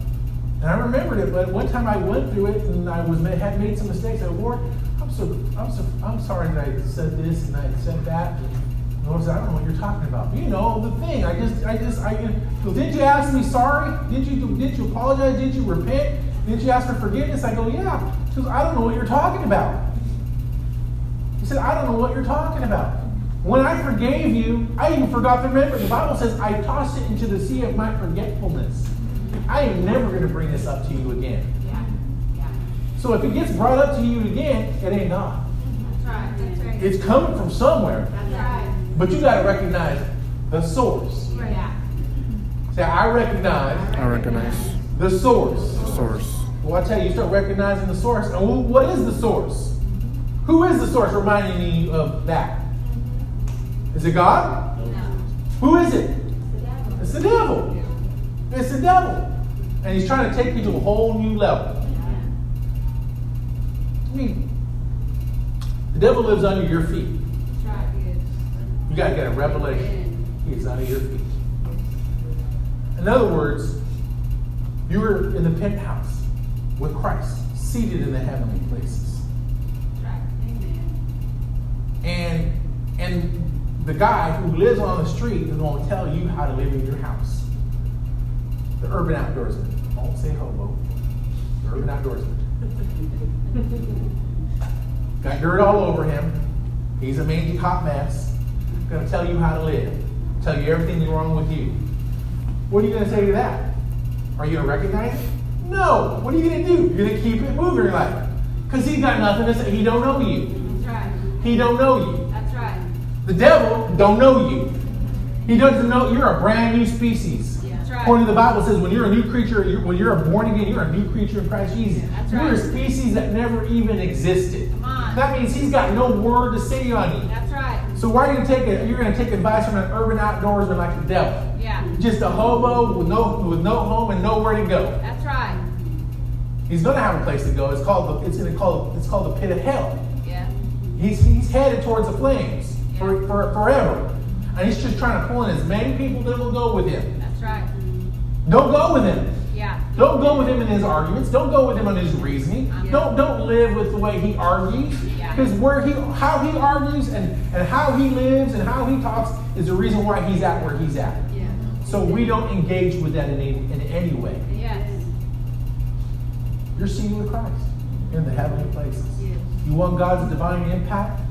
Speaker 1: and I remembered it. But one time I went through it, and I was ma- had made some mistakes. I said, Lord, I'm so I'm so I'm sorry that I said this and I said that. And the Lord said, I don't know what you're talking about. You know the thing. I just I just I well, did you ask me sorry? Did you did you apologize? Did you repent? Did you ask for forgiveness? I go, yeah. She goes, I don't know what you're talking about. He said, I don't know what you're talking about. When I forgave you, I even forgot the remember. The Bible says, I tossed it into the sea of my forgetfulness. I am never going to bring this up to you again.
Speaker 3: Yeah. Yeah.
Speaker 1: So if it gets brought up to you again, it ain't not.
Speaker 3: That's right. That's right.
Speaker 1: It's coming from somewhere,
Speaker 3: That's right.
Speaker 1: but you got to recognize the source.
Speaker 3: Yeah.
Speaker 1: Say, I recognize
Speaker 4: I recognize
Speaker 1: the source.
Speaker 4: the source.
Speaker 1: Well, I tell you, you start recognizing the source. And wh- what is the source? Who is the source reminding you of that? Is it God?
Speaker 3: No.
Speaker 1: Who is it?
Speaker 3: The devil.
Speaker 1: It's the devil. It's the devil. And he's trying to take you to a whole new level.
Speaker 3: Yeah.
Speaker 1: I mean, the devil lives under your feet.
Speaker 3: That's right. Good.
Speaker 1: You got to get a revelation. He's under your feet. In other words, you were in the penthouse with Christ, seated in the heavenly places.
Speaker 3: That's right. Amen.
Speaker 1: And and the guy who lives on the street is going to tell you how to live in your house. The urban outdoorsman. I won't say hobo. The urban outdoorsman. Got dirt all over him. He's a mangy hot mess. Going to tell you how to live. Tell you everything that's wrong with you. What are you going to say to that? Are you going to recognize it? No. What are you going to do? You're going to keep it moving your life. Because he's got nothing to say. He don't know you.
Speaker 3: That's right.
Speaker 1: He don't know you.
Speaker 3: That's right.
Speaker 1: The devil don't know you. He doesn't know you're a brand new species.
Speaker 3: Yeah. That's right.
Speaker 1: According to the Bible says, when you're a new creature, you're, when you're a born again, you're a new creature in Christ Jesus.
Speaker 3: That's
Speaker 1: you're
Speaker 3: right.
Speaker 1: a species that never even existed.
Speaker 3: Come on.
Speaker 1: That means he's got no word to say on you.
Speaker 3: That's right.
Speaker 1: So why are you gonna take it? You're gonna take advice from an urban outdoorsman like the devil,
Speaker 3: Yeah.
Speaker 1: just a hobo with no with no home and nowhere to go.
Speaker 3: That's right.
Speaker 1: He's gonna have a place to go. It's called the it's gonna call it's called the pit of hell.
Speaker 3: Yeah.
Speaker 1: He's, he's headed towards the flames for,
Speaker 3: Yeah.
Speaker 1: for forever. And he's just trying to pull in as many people that will go with him.
Speaker 3: That's right.
Speaker 1: Don't go with him.
Speaker 3: Yeah.
Speaker 1: Don't go with him in his arguments. Don't go with him on his reasoning.
Speaker 3: Yeah.
Speaker 1: Don't don't live with the way he argues.
Speaker 3: Yeah.
Speaker 1: Because where he how he argues and, and how he lives and how he talks is the reason why he's at where he's at.
Speaker 3: Yeah.
Speaker 1: So we don't engage with that in any, in any way.
Speaker 3: Yes.
Speaker 1: You're seated with Christ in the heavenly places.
Speaker 3: Yes.
Speaker 1: You want God's divine impact?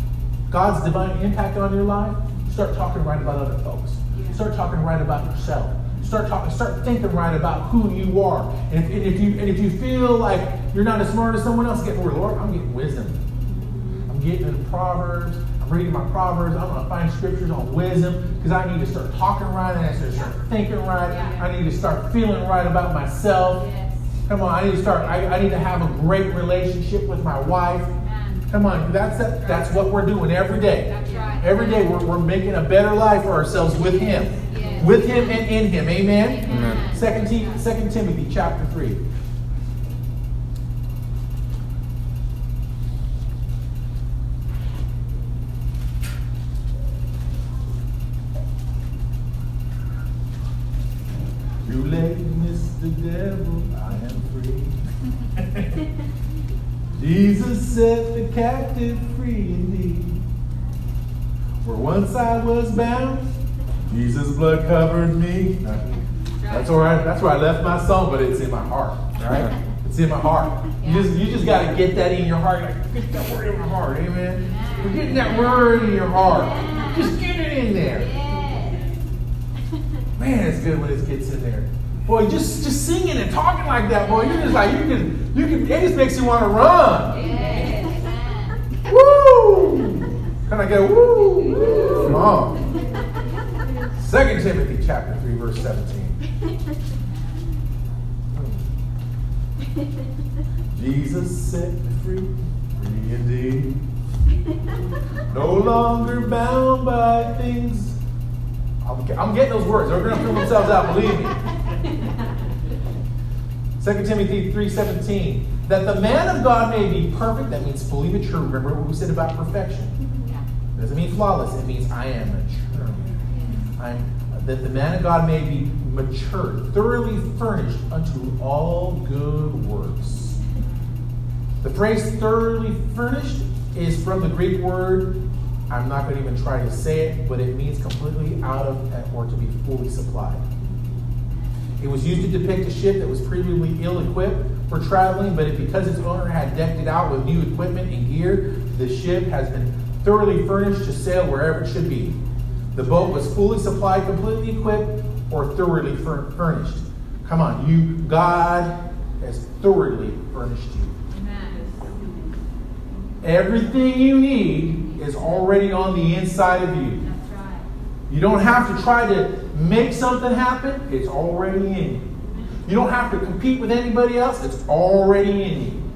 Speaker 1: God's divine impact on your life, start talking right about other folks.
Speaker 3: Yeah.
Speaker 1: Start talking right about yourself. Start talking. Start thinking right about who you are. And if, and if you and if you feel like you're not as smart as someone else, get more Lord. I'm getting wisdom. I'm getting into Proverbs. I'm reading my Proverbs. I'm going to find scriptures on wisdom because I need to start talking right. I need to start thinking right.
Speaker 3: Yeah.
Speaker 1: I need to start feeling right about myself.
Speaker 3: Yes.
Speaker 1: Come on, I need to start. I, I need to have a great relationship with my wife.
Speaker 3: Amen.
Speaker 1: Come on, that's that, that's what we're doing every day.
Speaker 3: That's right.
Speaker 1: Every day we're, we're making a better life for ourselves with Him,
Speaker 3: Yes.
Speaker 1: with Him and in Him. Amen.
Speaker 4: Amen.
Speaker 1: Second, Ti- Second Timothy chapter three. Through lateness, the devil, I am free. Jesus set the captive free indeed. Where once I was bound, Jesus' blood covered me. That's all right. That's where I left my song, but it's in my heart. All right, it's in my heart. You just you just got to get that in your heart. Like, get that word in my heart, amen. We're getting that word in your heart. Just get it in there.
Speaker 3: Yes.
Speaker 1: Man, it's good when it gets in there. Boy, just just singing and talking like that, boy, you're just like you can you can it just makes you want to run.
Speaker 3: Yes. Amen.
Speaker 1: Woo! Can I get a woo? woo? Come on. Second Timothy chapter three, verse seventeen. Jesus set me free, free indeed. No longer bound by things. I'm, I'm getting those words. They're going to prove themselves out. Believe me. 2 Timothy 3.17, that the man of God may be perfect, that means fully mature. Remember what we said about perfection.
Speaker 3: Yeah.
Speaker 1: It doesn't mean flawless, it means I am mature. I'm, that the man of God may be mature, thoroughly furnished unto all good works. The phrase thoroughly furnished is from the Greek word, I'm not going to even try to say it, but it means completely out of or to be fully supplied. It was used to depict a ship that was previously ill-equipped for traveling, but it, because its owner had decked it out with new equipment and gear, the ship has been thoroughly furnished to sail wherever it should be. The boat was fully supplied, completely equipped, or thoroughly fur- furnished. Come on, you, God has thoroughly furnished you.
Speaker 3: Amen.
Speaker 1: Everything you need is already on the inside of you.
Speaker 3: That's right.
Speaker 1: You don't have to try to make something happen, it's already in you. You don't have to compete with anybody else, it's already in you.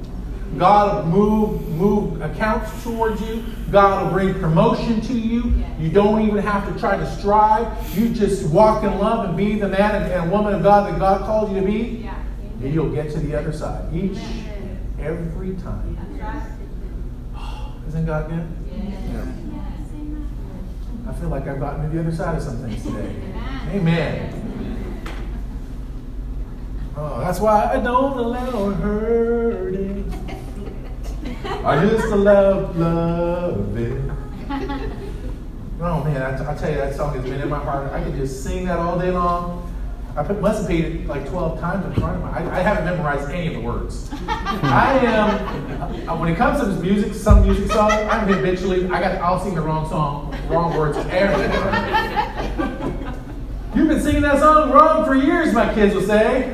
Speaker 1: God will move, move accounts towards you. God will bring promotion to you. You don't even have to try to strive. You just walk in love and be the man and- and woman of God that God called you to be.
Speaker 3: Yeah.
Speaker 1: and You'll get to the other side each,
Speaker 3: Amen.
Speaker 1: every time.
Speaker 3: That's right.
Speaker 1: Isn't God good?
Speaker 3: Yes.
Speaker 1: I feel like I've gotten to the other side of some things today.
Speaker 3: Amen.
Speaker 1: Amen. Oh, that's why I don't allow hurting. I just love love it. Oh man, I, I tell you that song has been in my heart. I could just sing that all day long. I put, must have paid it like 12 times in front of my. I, I haven't memorized any of the words. I am. uh, When it comes to this music, some music song, I'm habitually. I got. I'll sing the wrong song, wrong words every time. You've been singing that song wrong for years, my kids will say.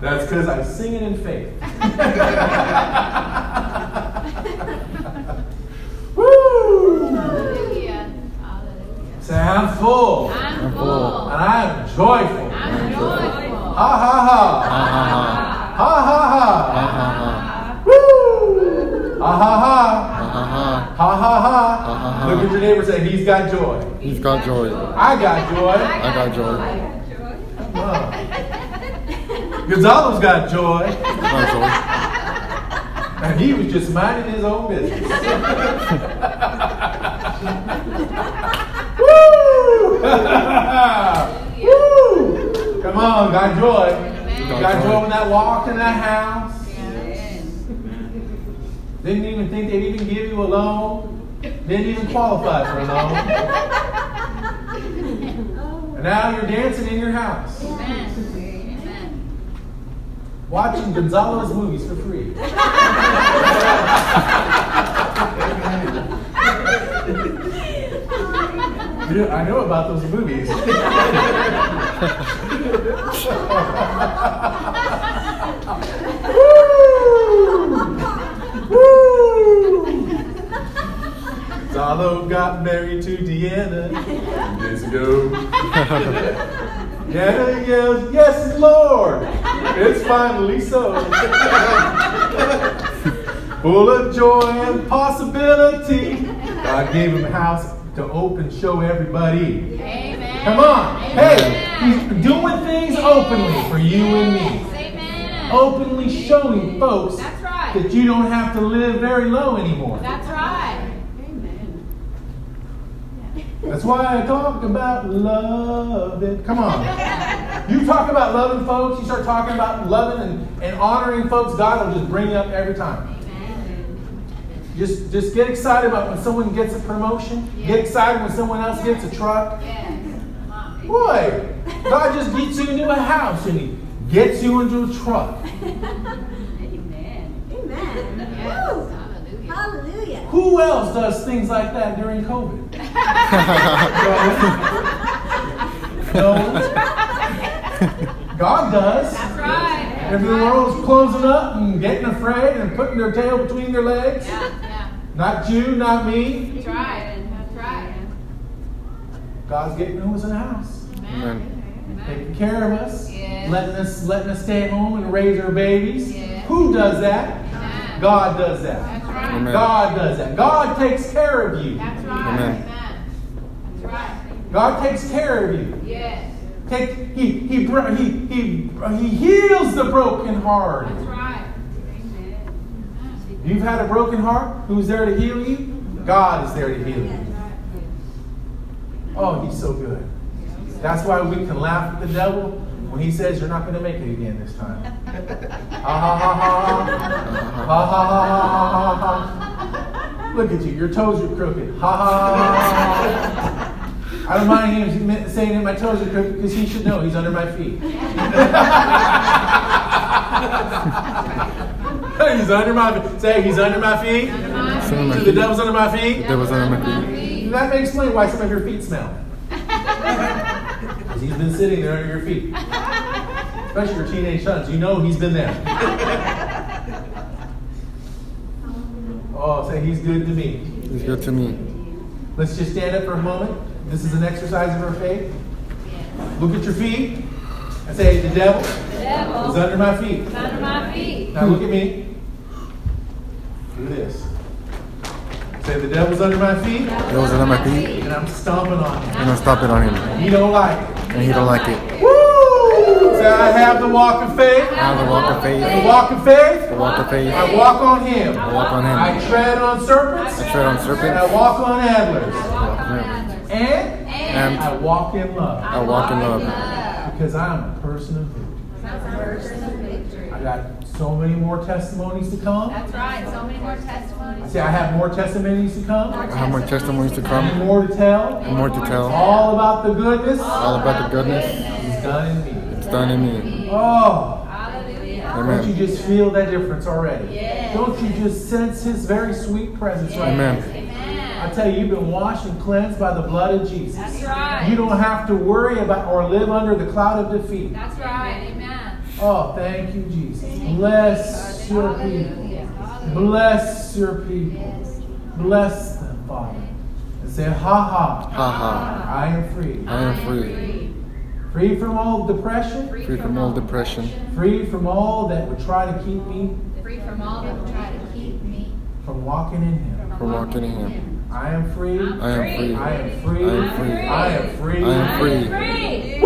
Speaker 1: That's because I sing it in faith. Woo!
Speaker 3: Hallelujah. Hallelujah.
Speaker 1: Say, I'm full. And
Speaker 3: I'm full.
Speaker 1: I'm joyful. Ha
Speaker 3: I'm joyful.
Speaker 1: ha ha. Ha
Speaker 4: Ha ha ha. Ha
Speaker 1: ha ha.
Speaker 4: ha
Speaker 1: Woo! Ha ha ha.
Speaker 4: ha.
Speaker 1: Ha
Speaker 4: Ha ha ha. Ha, ha,
Speaker 1: ha
Speaker 4: ha.
Speaker 1: ha. Look at your neighbor and say, He's got joy.
Speaker 4: He's got joy.
Speaker 1: I got joy.
Speaker 4: I got joy.
Speaker 1: Oh. Gonzalo's got joy.
Speaker 4: Got joy. Ah,
Speaker 1: And he was just minding his own business. Woo! Woo! Come on, got joy.
Speaker 4: Got
Speaker 1: Got
Speaker 4: joy.
Speaker 1: joy when that walked in that house.
Speaker 3: Yes.
Speaker 1: Didn't even think they'd even give you a loan. Didn't even qualify for a loan. And now you're dancing in your house,
Speaker 3: Amen. Amen.
Speaker 1: watching Gonzalo's movies for free. knew, I knew about those movies. Woo! Woo! Zalo got married to Deanna. Let's go. Deanna yells, Yes, Lord! It's finally so. Full of joy and possibility. God gave him a house to open, show everybody.
Speaker 3: Amen.
Speaker 1: Come on. Hey,
Speaker 3: Amen.
Speaker 1: he's doing things openly for you and me.
Speaker 3: Yes, Amen.
Speaker 4: Oh.
Speaker 1: Openly showing folks
Speaker 3: That's right.
Speaker 1: that you don't have to live very low anymore.
Speaker 3: That's right.
Speaker 1: That's why I talk about loving. Come on. You talk about loving folks, you start talking about loving and, and honoring folks, God will just bring you up every time.
Speaker 3: Amen.
Speaker 1: Just just get excited about when someone gets a promotion. Get excited when someone else gets a truck.
Speaker 3: Yes. Come on.
Speaker 1: Boy, God just gets you into a house and he gets you into a truck.
Speaker 3: Amen.
Speaker 5: Amen.
Speaker 3: Yes.
Speaker 5: Woo.
Speaker 3: Hallelujah.
Speaker 5: Hallelujah.
Speaker 1: Who else does things like that during COVID? No. God does.
Speaker 3: That's right.
Speaker 1: If the world's closing up and getting afraid and putting their tail between their legs,
Speaker 3: Yeah, yeah.
Speaker 1: not you, not me,
Speaker 3: That's right. That's right.
Speaker 1: God's getting who's in the house,
Speaker 4: Amen.
Speaker 3: Amen.
Speaker 1: taking care of us,
Speaker 3: Yes.
Speaker 1: letting us letting us stay at home and raise our babies.
Speaker 3: Yes.
Speaker 1: Who does that?
Speaker 3: Amen.
Speaker 1: God does that.
Speaker 3: That's right.
Speaker 4: Amen.
Speaker 1: God does that. God takes care of you.
Speaker 3: That's right.
Speaker 4: Amen.
Speaker 3: Amen. That's right.
Speaker 1: God takes care of you.
Speaker 3: Yes.
Speaker 1: Take, he, he, bro- he, he, he heals the broken heart.
Speaker 3: That's right. Amen.
Speaker 1: You've had a broken heart. Who's there to heal you? God is there to heal you. Oh, he's so good. That's why we can laugh at the devil when he says you're not going to make it again this time. Ha ha ha ha. Ha ha
Speaker 4: ah,
Speaker 1: ha ha ha ha ha. Look at you. Your toes are crooked. Ha ha ha ha ha. I don't mind him saying that my toes are crooked because he should know he's under my feet. he's under my feet. Say, he's under my feet.
Speaker 3: Amen.
Speaker 1: So the devil's under my feet.
Speaker 4: There was an amendment.
Speaker 3: Amen.
Speaker 1: That may explain why some of your feet smell. Because he's been sitting there under your feet. Especially your teenage sons. You know he's been there. Oh, say he's good to me.
Speaker 4: It's good to me.
Speaker 1: Let's just stand up for a moment. This is an exercise of our faith. Look at your feet and say, The devil is
Speaker 3: The devil is
Speaker 1: under my feet.
Speaker 3: under my feet.
Speaker 1: Now look at me. Do this. Say, The devil's under my feet,
Speaker 4: There was an amendment.
Speaker 1: and I'm stomping on him.
Speaker 4: And I'm stomping on him.
Speaker 1: And He don't like it.
Speaker 4: And he don't like it.
Speaker 1: Woo! Say, I have the walk of faith.
Speaker 4: I have a walk
Speaker 1: The
Speaker 4: of faith.
Speaker 1: walk of
Speaker 4: I
Speaker 1: faith,
Speaker 4: walk of faith.
Speaker 1: I walk on him.
Speaker 4: I walk on
Speaker 1: I
Speaker 4: him.
Speaker 1: tread on serpents,
Speaker 4: I tread on
Speaker 1: and I
Speaker 4: serpents.
Speaker 1: walk on antlers.
Speaker 3: Walk on others.
Speaker 1: And
Speaker 3: And
Speaker 1: I walk in love.
Speaker 4: I walk in love.
Speaker 1: Because I'm a person of victory.
Speaker 3: That's our verse of victory.
Speaker 1: I got so many more testimonies to come.
Speaker 3: That's right. So many more
Speaker 1: I
Speaker 3: testimonies.
Speaker 1: say I have more testimonies to come,
Speaker 4: I have more testimonies to
Speaker 1: and
Speaker 4: come.
Speaker 1: more to tell.
Speaker 4: And more to tell.
Speaker 1: All about the goodness
Speaker 4: All about the goodness.
Speaker 1: He's done in me.
Speaker 4: It's done in me.
Speaker 1: Oh,
Speaker 3: Hallelujah.
Speaker 1: don't you
Speaker 4: Amen.
Speaker 1: just feel that difference already?
Speaker 3: Yes.
Speaker 1: Don't you just sense His very sweet presence right now?
Speaker 4: Amen.
Speaker 1: I
Speaker 3: Amen.
Speaker 1: tell you, you've been washed and cleansed by the blood of Jesus.
Speaker 3: That's right.
Speaker 1: You don't have to worry about or live under the cloud of defeat.
Speaker 3: That's right. Amen.
Speaker 1: Oh, thank you, Jesus. Bless your people.
Speaker 3: Hallelujah. Hallelujah.
Speaker 1: Bless your people. Bless them, Father. And say, ha ha,
Speaker 4: Ha ha.
Speaker 1: I am free.
Speaker 4: I am free.
Speaker 1: Free from all depression,
Speaker 4: Free from all depression.
Speaker 1: free from all that would try to keep me
Speaker 3: Free from all that would try to keep me
Speaker 1: from walking in Him.
Speaker 4: From walking in him.
Speaker 1: I am free.
Speaker 4: I am free.
Speaker 1: I am free.
Speaker 4: I am free.
Speaker 1: I am free.
Speaker 4: I am free.
Speaker 3: Free.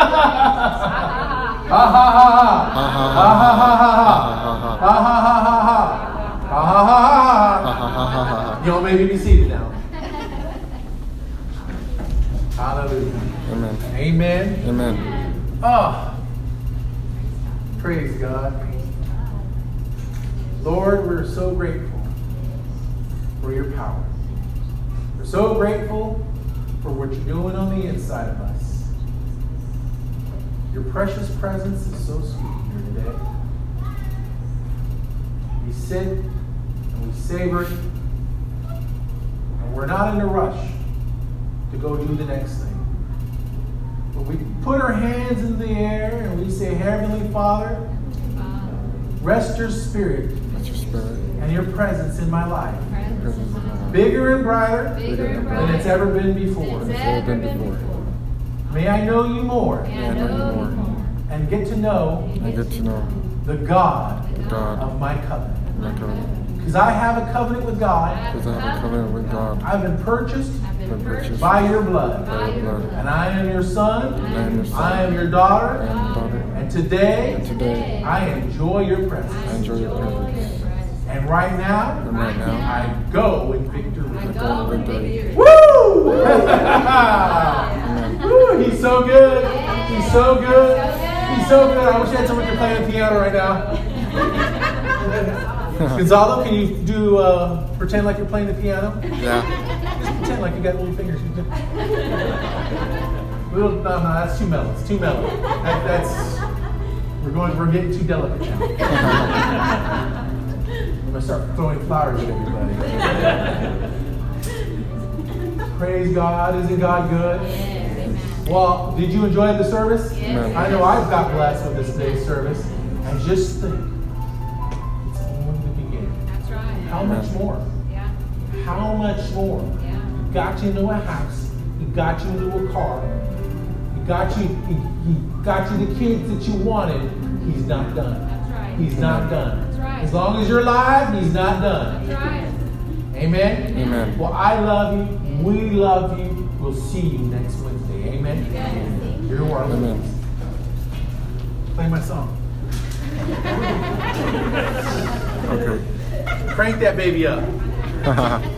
Speaker 1: Woo!
Speaker 3: Hallelujah.
Speaker 1: ha ha ha ha.
Speaker 4: Ha ha
Speaker 1: Ha ha ha ha ha. Ha ha
Speaker 4: ha.
Speaker 1: ha ha ha. Ha ha ha ha ha.
Speaker 4: Ha ha ha ha ha.
Speaker 1: Y'all may be seated now. Hallelujah.
Speaker 4: Amen.
Speaker 1: Amen.
Speaker 4: Amen.
Speaker 1: Ah, praise God. Lord, we're so grateful for your power. We're so grateful for what you're doing on the inside of us. Your precious presence is so sweet here today. We sit and we savor it. And we're not in a rush to go do the next thing. But we put our hands in the air and we say, Heavenly Father, rest your spirit
Speaker 4: That's your spirit.
Speaker 1: and your presence in my life.
Speaker 3: Presence is mine.
Speaker 1: Bigger and brighter
Speaker 3: Bigger and brighter
Speaker 1: than it's ever been before.
Speaker 3: than it's
Speaker 4: It's
Speaker 3: ever
Speaker 4: ever
Speaker 3: been
Speaker 4: been
Speaker 3: before.
Speaker 1: May I know you more
Speaker 3: May I
Speaker 4: Yeah,
Speaker 3: know
Speaker 4: more.
Speaker 3: you more.
Speaker 1: and get to know
Speaker 4: I get to know
Speaker 1: the God
Speaker 3: The
Speaker 4: God.
Speaker 1: of my covenant.
Speaker 4: my covenant.
Speaker 1: Because I have a covenant with God.
Speaker 4: Because I have a covenant with God.
Speaker 1: I've been purchased
Speaker 3: I've been
Speaker 4: Been
Speaker 3: purchased
Speaker 4: purchased
Speaker 1: by your blood.
Speaker 3: by your blood.
Speaker 1: And I am your son.
Speaker 4: And I am your son.
Speaker 1: I am your
Speaker 4: I
Speaker 1: daughter.
Speaker 4: am your daughter.
Speaker 1: And today,
Speaker 4: And today,
Speaker 1: I enjoy your
Speaker 3: I
Speaker 1: presence.
Speaker 4: enjoy your presence.
Speaker 1: And right
Speaker 4: and
Speaker 1: now,
Speaker 4: right now,
Speaker 1: I go in victory.
Speaker 3: I go in victory.
Speaker 1: Woo!
Speaker 3: Yeah.
Speaker 1: Woo! He's so good.
Speaker 3: Yeah.
Speaker 1: He's so good.
Speaker 3: So good.
Speaker 1: He's so good. I wish I had someone to play the piano right now. Gonzalo, can you do uh, pretend like you're playing the piano?
Speaker 4: yeah.
Speaker 1: Just pretend like you got little fingers. You just- Little, no, no, that's too mellow. It's too mellow. That, that's we're going. We're getting too delicate now. I'm gonna start throwing flowers at everybody. Praise God! Isn't God good? Well, did you enjoy the service?
Speaker 3: Yes.
Speaker 1: I know I've got blessed with this day's service. And just think, it's only the beginning.
Speaker 3: That's
Speaker 1: How
Speaker 3: right.
Speaker 1: much more?
Speaker 3: Yeah,
Speaker 1: How much more?
Speaker 3: yeah.
Speaker 1: He got you into a house. He got you into a car. He got you. He, he got you the kids that you wanted. He's not done.
Speaker 3: That's right.
Speaker 1: He's not done.
Speaker 3: That's right.
Speaker 1: As long as you're alive, he's not done.
Speaker 3: That's right.
Speaker 1: Amen.
Speaker 4: Amen.
Speaker 1: Well, I love you. We love you. We'll see you next Wednesday. Amen.
Speaker 3: Amen.
Speaker 1: You're welcome.
Speaker 4: Amen.
Speaker 1: Play my song.
Speaker 4: Okay.
Speaker 1: Crank that baby up.
Speaker 4: Haha.